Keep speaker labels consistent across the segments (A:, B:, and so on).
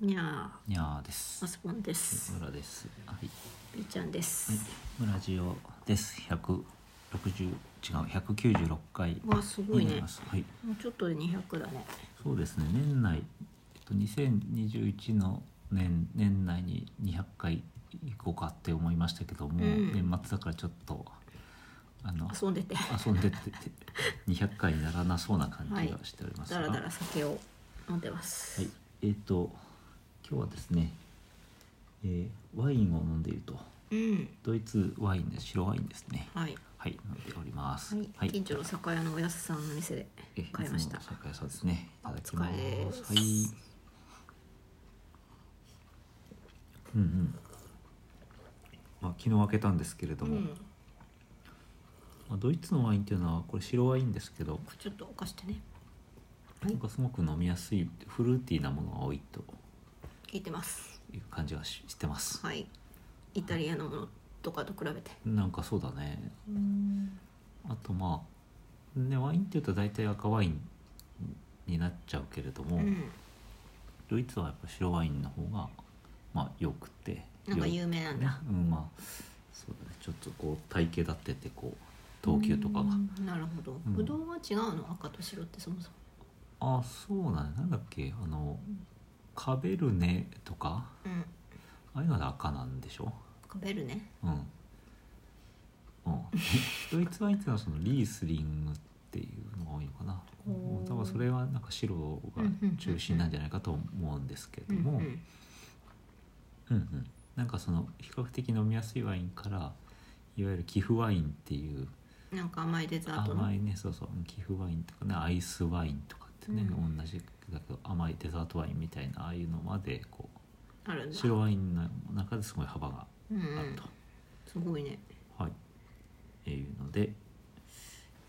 A: にゃ
B: にゃー
A: ー、
B: で
A: マ
B: す
A: スボンです。
B: 村ですはい
A: ピーちゃんです。
B: 村ジオです160違う196回
A: わあ、すごい
B: にな
A: ね
B: りま。すはい
A: もうちょっとで200だね。
B: そうですね年内、えっと、2021の年年内に200回行こうかって思いましたけども、
A: うん
B: 年末だからちょっとあの
A: 遊んでて、
B: 遊んでってて200回にならなそうな感じがしております
A: だらだら
B: は
A: 酒を飲んでます。
B: い、えっ、と今日はですね、えーワインを飲んでいると
A: うん、
B: ドイツワインで白ワインですね
A: はい。
B: はい飲んでおります
A: はい、近所の酒屋のおやすさんの店で
B: え
A: 買いました
B: つもの酒屋さんですねいただきま
A: お
B: す
A: 疲れです
B: はいうんうんまあ昨日開けたんですけれ
A: う
B: ども、
A: ん、
B: まあ、ドイツのワインっていうのはこれ白ワインですけど
A: ちょっとお貸してねはい
B: なんかすごく飲みやすいフルーティーなものが多いと
A: 聞いてます
B: いう感じがししてます、
A: はいイタリアのものとかと比べて
B: なんかそうだね
A: うん
B: あとまあねワインっていうと大体赤ワインになっちゃうけれども、ドイツはやっぱ白ワインの方がまあよくて
A: なんか
B: 良い
A: 有名なんだ
B: うんまあそうだねちょっとこう体型立っててこう等級とかが
A: うんなるほど
B: うん
A: ぶどうは違うの赤と白ってそもそも
B: あそうだねなんだっけあのカベルネとか
A: うん
B: ああいうのは赤なんでしょ
A: カベルね
B: うん、うん、 ドイツワインっていうのはそのリースリングっていうのが多いのかな
A: おー
B: 多分それはなんか白が中心なんじゃないかと思うんですけれども、
A: うんうん
B: うんうん、なんかその比較的飲みやすいワインからいわゆる寄付ワインっていう
A: なんか甘いデザートの
B: 甘いねそうそう寄付ワインとかねアイスワインとかってね、
A: うん
B: 同じだけど甘いデザートワインみたいなああいうのまでこ
A: あるん
B: う
A: だ、
B: 白ワインの中ですごい幅が
A: うんう
B: ある
A: ん
B: と、、
A: すごいね
B: はいえーいうので、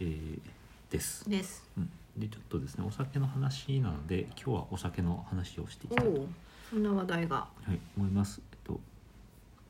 B: えーです、
A: です
B: うん、でちょっとですねお酒の話なので今日はお酒の話をしてい
A: お
B: きたいと
A: おそんな話題が
B: はい思います、えっと、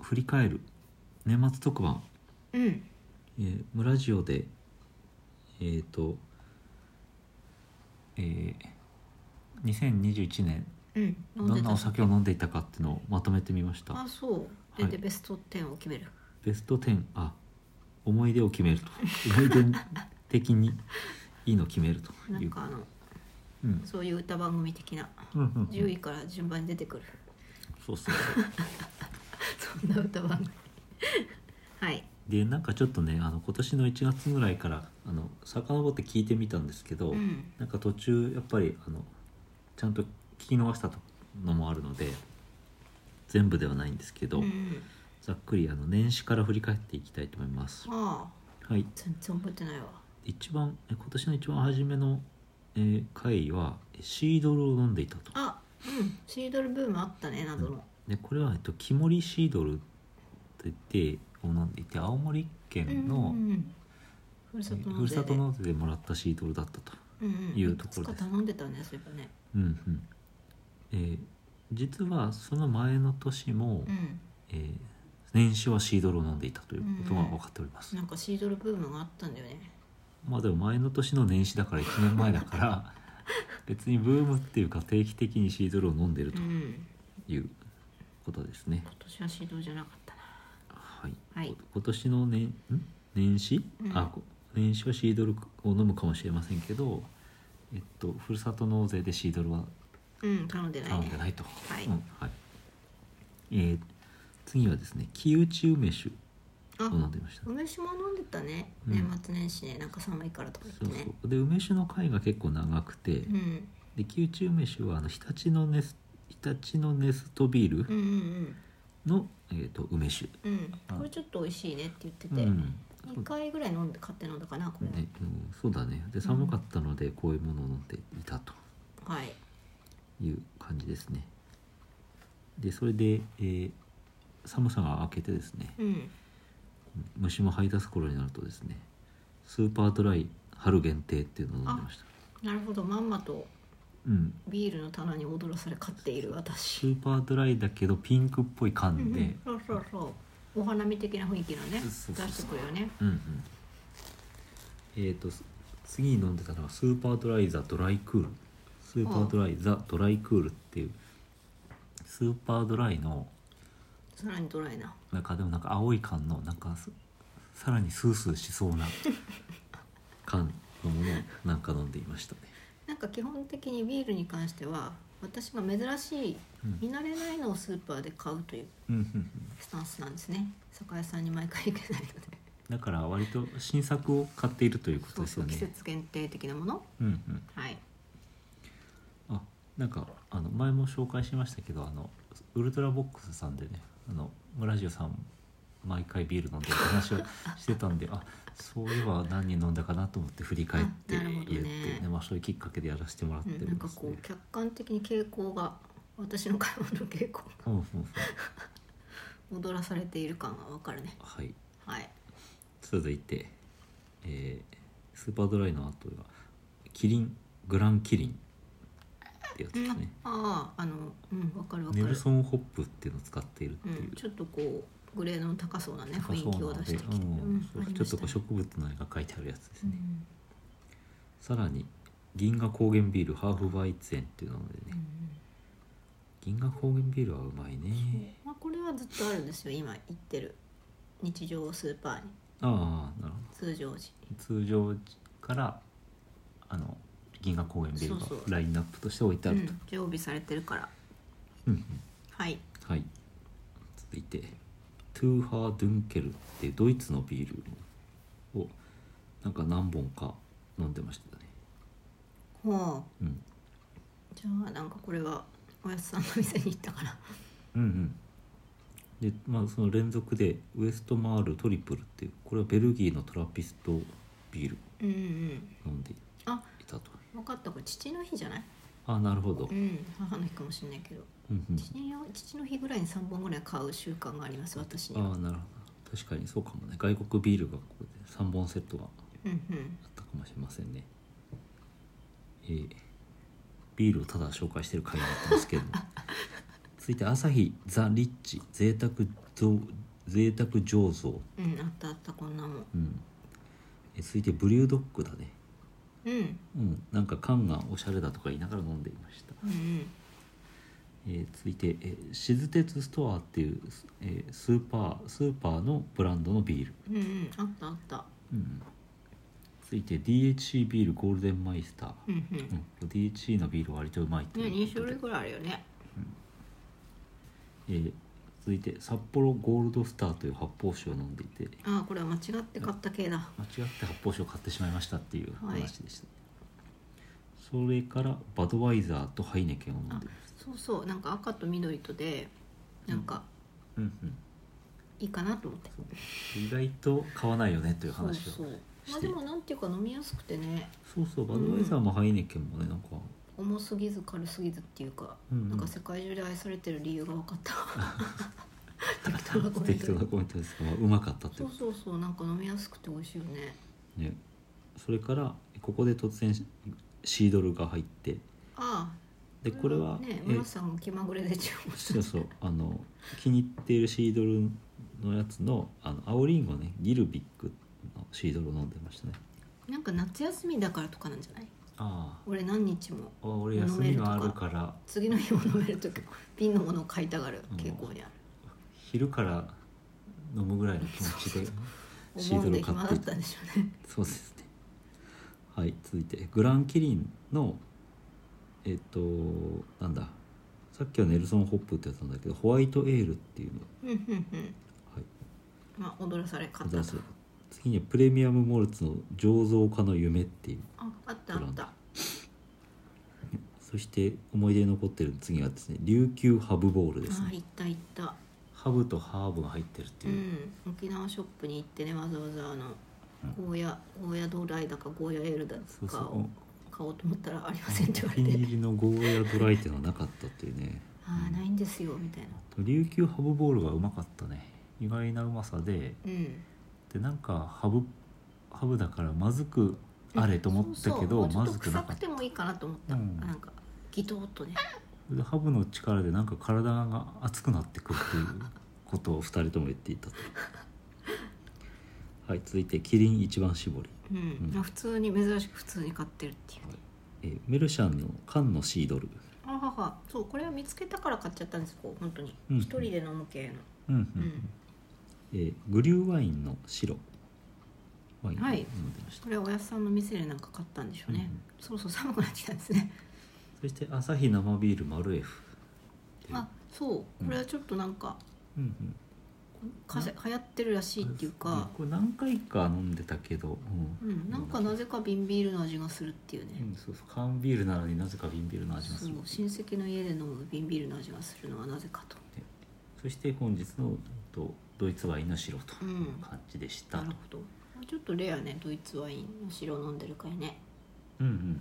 B: 振り返る年末特番
A: うん
B: えー、村ジオでえっ、とえー、2021年
A: うん
B: どんなお酒を飲んでいたかっていうのをまとめてみました
A: あそうで,、
B: はい
A: でベスト10を決める
B: ベスト10あ思い出を決めると思い出的にいいのを決めると
A: ないん
B: う
A: かあの
B: うん
A: そういう歌番組的な
B: うんうんう
A: 10
B: ん
A: 位から順番に出て くる
B: そうそう
A: そんな歌番組はい
B: でなんかちょっとねあの今年の1月ぐらいからあの遡って聞いてみたんですけど、
A: うん
B: なんか途中やっぱりあのちゃんと聞き逃したのもあるので全部ではないんですけど、
A: うん、
B: ざっくりあの年始から振り返っていきたいと思います。
A: ああ
B: はい、
A: 全然覚えてないわ
B: 一番え今年の一番初めの、えー回はえシードルを飲んでいたと。
A: あうんシードルブームあったね謎の
B: でこれは、えっと、木森シードルって言ってを飲んでいて青森県の、
A: うんうんうんふる
B: え
A: さと
B: ー
A: 納税で
B: ふるさと納税でもらったシードルだったと。
A: うん
B: いうところです
A: いくつか頼んでたねそういえばね
B: うんうんえー実はその前の年も、
A: うん
B: えー年始はシードルを飲んでいたということが分かっております、
A: なんかシードルブームがあったんだよね
B: まあでも前の年の年始だから1年前だから 別にブームっていうか定期的にシードルを飲んでる
A: う
B: と
A: ん
B: いうことですね、
A: 今年はシードルじゃなかったな
B: はい、
A: はい
B: 今年の年ん年始、
A: うん
B: あこ年始はシードルを飲むかもしれませんけどえっとふるさと納税でシードルは
A: うん頼んでない
B: 頼ん
A: ね
B: でないと、
A: はい
B: うんはいえー次はですね木内梅酒
A: あ
B: を飲んでみました
A: 梅酒も飲んでたね
B: うん
A: 年末年始ねなんか寒いからとか
B: そ
A: 言っ
B: う
A: てね
B: そうで梅酒の回が結構長くて、
A: うん
B: で宮中梅酒はあの日立のネス日立のネストビール
A: うんうん
B: の、えー、と梅酒
A: うんうんこれちょっと美味しいねって言って
B: う
A: て
B: ん
A: 2回ぐらい飲んで買って飲んだかなこれ
B: ねうん、そうだねで寒かったのでこういうものを飲んでいたと
A: はい
B: いう感じですねでそれで、えー寒さが明けてですね
A: うん
B: 虫も這い出す頃になるとですねスーパードライ春限定っていうのを飲んでました
A: なるほどまんまと
B: うん
A: ビールの棚に踊らされ買っている
B: ス
A: 私
B: ーパードライだけどピンクっぽい
A: うんう
B: 缶で、
A: んそうそうそうお花見的な雰囲気のね
B: そうそうそう
A: 出してくるよね
B: うんうんえっ、とす次に飲んでたのはスーパードライザドライクールスーパードライザドライクールっていうスーパードライの
A: さらにドライな
B: なんかでもなんか青い缶のなんかすさらにスースーしそう な缶のものをなんか飲んでいましたね、
A: なんか基本的にビールに関しては私が珍しい
B: うん
A: 見慣れないのをスーパーで買うという
B: うんうんうん、
A: スタンスなんですね酒屋さんに毎回行けないので
B: だから割と新作を買っているということ
A: そう
B: です
A: そう
B: よ
A: 季
B: ね
A: 節限定的なもの
B: うんうん
A: はい
B: あなんかあの前も紹介しましたけどあのウルトラボックスさんでねあの村ジオさん毎回ビール飲んでる話をしてたんであそういえば何人飲んだかなと思って振り返って
A: あなるほ
B: 言
A: ど
B: っ
A: ね
B: て、ねまあ、そういうきっかけでやらせてもらっ
A: う
B: て
A: ん、
B: る
A: なん
B: ん
A: か
B: です
A: こ
B: ね
A: う客観的に傾向が私の買い物の傾向
B: うんうんうん
A: が踊らされている感がわかるね
B: はい
A: はい
B: 続いて、えースーパードライの後がキリングランキリンってやつですね、
A: あああのうんわかるわか
B: ネ
A: る
B: ルソンホップっていうのを使っているって
A: う、、
B: いうん
A: ちょっとこうグレードの高そうなね
B: 高
A: 雰
B: そ
A: 囲気
B: う
A: を
B: なの
A: 出
B: で、
A: してきてる、
B: うん
A: ありま
B: ちょっと
A: した
B: こう
A: ね
B: 植物の絵が描いてあるやつです
A: う
B: ね、
A: ん
B: さらに銀河高原ビールハーフバイツェンっていうので
A: う
B: ね
A: ん
B: 銀河高原ビールはうまいね
A: まあ、これはずっとあるんですよ今行ってる日常スーパーに
B: ああなる
A: 通常時
B: ほど通常からあの銀河高原ビールが
A: そうそう
B: ラインナップとして置いてあると
A: うん常備されてるから
B: うんうん
A: はい
B: はい続いてトゥーハー・ドゥンケルっていうドイツのビールをなんか何本か飲んでましたね
A: ほ
B: うん
A: うじゃあなんかこれはおやつさんの店に行ったから
B: うんうんでまあその連続でウエストマールトリプルっていうこれはベルギーのトラピストビール
A: うんうん
B: 飲んでい
A: あ
B: たと
A: 分かったこれ父の日じゃない
B: あなるほど、う
A: うんん母の日かもしれないけど
B: うん、
A: 父の父の日ぐらいに3本ぐらい買う習慣があります私には
B: ああなるほど確かにそうかもね外国ビールがここで3本セットが
A: うんうん
B: あったかもしれませんねえービールをただ紹介してる回になってますけ ど続いて朝日ザ・リッチ贅沢増贅沢醸造、
A: うんあったあったこんなもん
B: うん、え続いてブリュードッグだね
A: うん
B: うんなんか缶がおしゃれだとか言いながら飲んでいました、
A: うんうん
B: えー続いて、えー、シズテツストアっていう、えースーパースーパーのブランドのビール、
A: うんうんあったあった
B: うん、続いて DHC ビールゴールデンマイスター、
A: うんう
B: うんん、DHC のビール割とうまいと
A: ね
B: い
A: 2
B: うこと
A: 種
B: で
A: 類、ぐらいあるよね
B: えー続いて札幌ゴールドスターという発泡酒を飲んでいて
A: ああこれは間違って買った系だ
B: 間違って発泡酒を買ってしまいましたっていう
A: はい
B: 話でした、それからバドワイザーとハイネケンを飲んでいます
A: そうそうなんか赤と緑とでなんか
B: うんうん
A: いいかなと思って
B: 意外と買わないよねという話を
A: そうそう
B: て
A: まあでもなんていうか飲みやすくてね
B: そうそうバドワイザーもハイネケンもねなんか
A: 重すぎず軽すぎずっていうか、
B: うんうん
A: なんか世界中で愛されてる理由が分かった適 当なコメン
B: 適当
A: ト
B: なコメントですが、まあ、うまかったとい
A: そううそうそうなんか飲みやすくて美味しいよね
B: ねそれからここで突然シードルが入って
A: ああ
B: でこれは、
A: ね
B: え
A: 村瀬さんが気まぐれで注文 した
B: そうそうあの気に入っているシードルのやつのあの青りんごねギルビックのシードルを飲んでましたね
A: なんか夏休みだからとかなんじゃない
B: あ
A: 俺何日も
B: あ俺休みがあるから
A: 次の日も飲める時も 瓶のものを買いたがる傾向にある、
B: 昼から飲むぐらいの気持ちでシー
A: 思う
B: ド
A: ん
B: ル
A: で
B: を買
A: 暇だ
B: って
A: っ
B: いた
A: たんでしょうね
B: そうですねはい続いてグランキリンのえっとなんださっきはネルソン・ホップってやつなんだけどホワイトエールっていうの、
A: うんうんうん
B: はい、
A: まあ踊らされ買っ
B: お出
A: た
B: し
A: と
B: 次にはプレミアムモルツの醸造家の夢っていう
A: ああったあった
B: そして思い出に残ってる次はですね琉球ハブボールです
A: あ
B: ね、
A: 行った行った
B: ハブとハーブが入ってるって
A: う
B: いう、
A: ん沖縄ショップに行ってねわざわざあの
B: う
A: ゴーヤゴーヤドライだかゴーヤエールだ
B: そうそ
A: か
B: う
A: を買おうと思ったらありませんって言
B: お
A: わ
B: 気
A: れ
B: に
A: て
B: 入りのゴーヤドライっていうのはなかったっていうね
A: ああないんですよみたいな
B: 琉球ハブボールがうまかったね意外なうまさで
A: うん
B: でなんかハブハブだからまずくあれと思ったけど、
A: そうそうも
B: ま
A: うちょっ
B: ず
A: と
B: く
A: 臭
B: なかっ
A: く
B: た
A: てもいいかなと思った、
B: うん
A: なんかギトーっとね
B: でハブの力でなんか体が熱くなってくるっていうことを2人とも言ってい たとはい続いてキリン一番搾り
A: うん、
B: うん
A: まあ普通に珍しく普通に買ってるっていう
B: えーメルシャンの缶のシードル
A: あ母そうこれは見つけたから買っちゃったんですこう本当に
B: うん
A: 一人で飲む系の
B: うんうんうんえーグリューワインの白ワインを
A: は
B: 飲ん
A: い
B: でました、
A: これはおやすさんの店でなんか買ったんでしょうね、
B: うんうん
A: そろそろ寒くなってきたんですね
B: そして朝日生ビールマルエフっていう
A: あそうこれはちょっとなんか
B: うんうん
A: かせ流行ってるらしいっていうか、
B: これ何回か飲んでたけど、う
A: うんん、なんかなぜか瓶ビールの味がするっていうね、
B: うんそうそう缶ビールなのになぜか瓶ビールの味がす
A: そう
B: る
A: 親戚の家で飲む瓶ビールの味がするのはなぜかと
B: そして本日のとドイツワインの白と
A: うん
B: いう感じでした、う
A: なんるほどちょっとレアねドイツワインの白飲んでるからね
B: うんうん、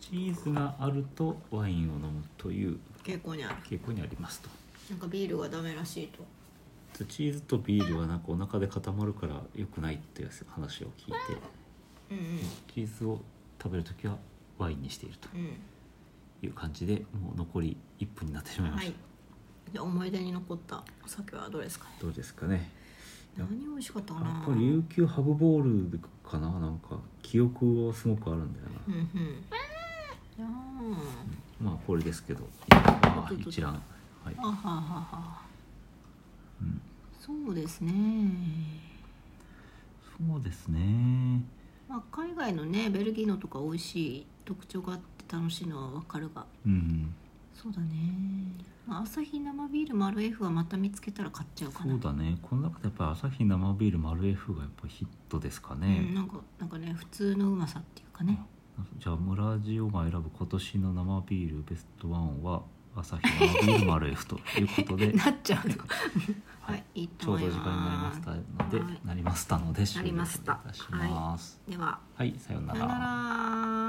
B: チーズがあるとワインを飲むという
A: 傾向にある
B: 傾向にありますと
A: なんかビールがダメらしいと
B: チーズとビールはなんかお腹で固まるから良くないっていう話を聞いて
A: うん
B: チーズを食べる時はワインにしていると
A: うん
B: いう感じでもう残り1分になってし
A: う
B: まい
A: ん
B: ま
A: は
B: した、
A: いじゃあ思い出に残ったお酒はどれですかね
B: どうですかねや
A: 何美味しかったか
B: や
A: な
B: っぱり琉球ハブボールかななんか記憶はすごくあるんだよな、
A: うんうんいや
B: まあこれですけど、まあ、一覧はい
A: ーあははは
B: うん
A: そうですね
B: そうですね
A: まあ、海外のねベルギーのとか美味しい特徴があって楽しいのはわかるが
B: うん
A: そうだね、まあ、朝日生ビール丸 F はまた見つけたら買っちゃうか
B: そ
A: な
B: うだねこの中でやっぱり朝日生ビール丸 F がやっぱヒットですか
A: うん、
B: ね、
A: なんかなんかね普通のうまさっていうかね
B: じゃあ村ジオが選ぶ今年の生ビールベストワンは朝日生ビール丸 F というこ とで
A: なっちゃうの
B: は
A: はいいいい
B: ち
A: と
B: ょう
A: 思
B: ど
A: い
B: 時間になりま
A: ま
B: し
A: す
B: たので、
A: はい
B: なりましたので終了
A: なり
B: い
A: ま
B: た
A: し
B: したます、
A: では
B: はい、さよう
A: さよなら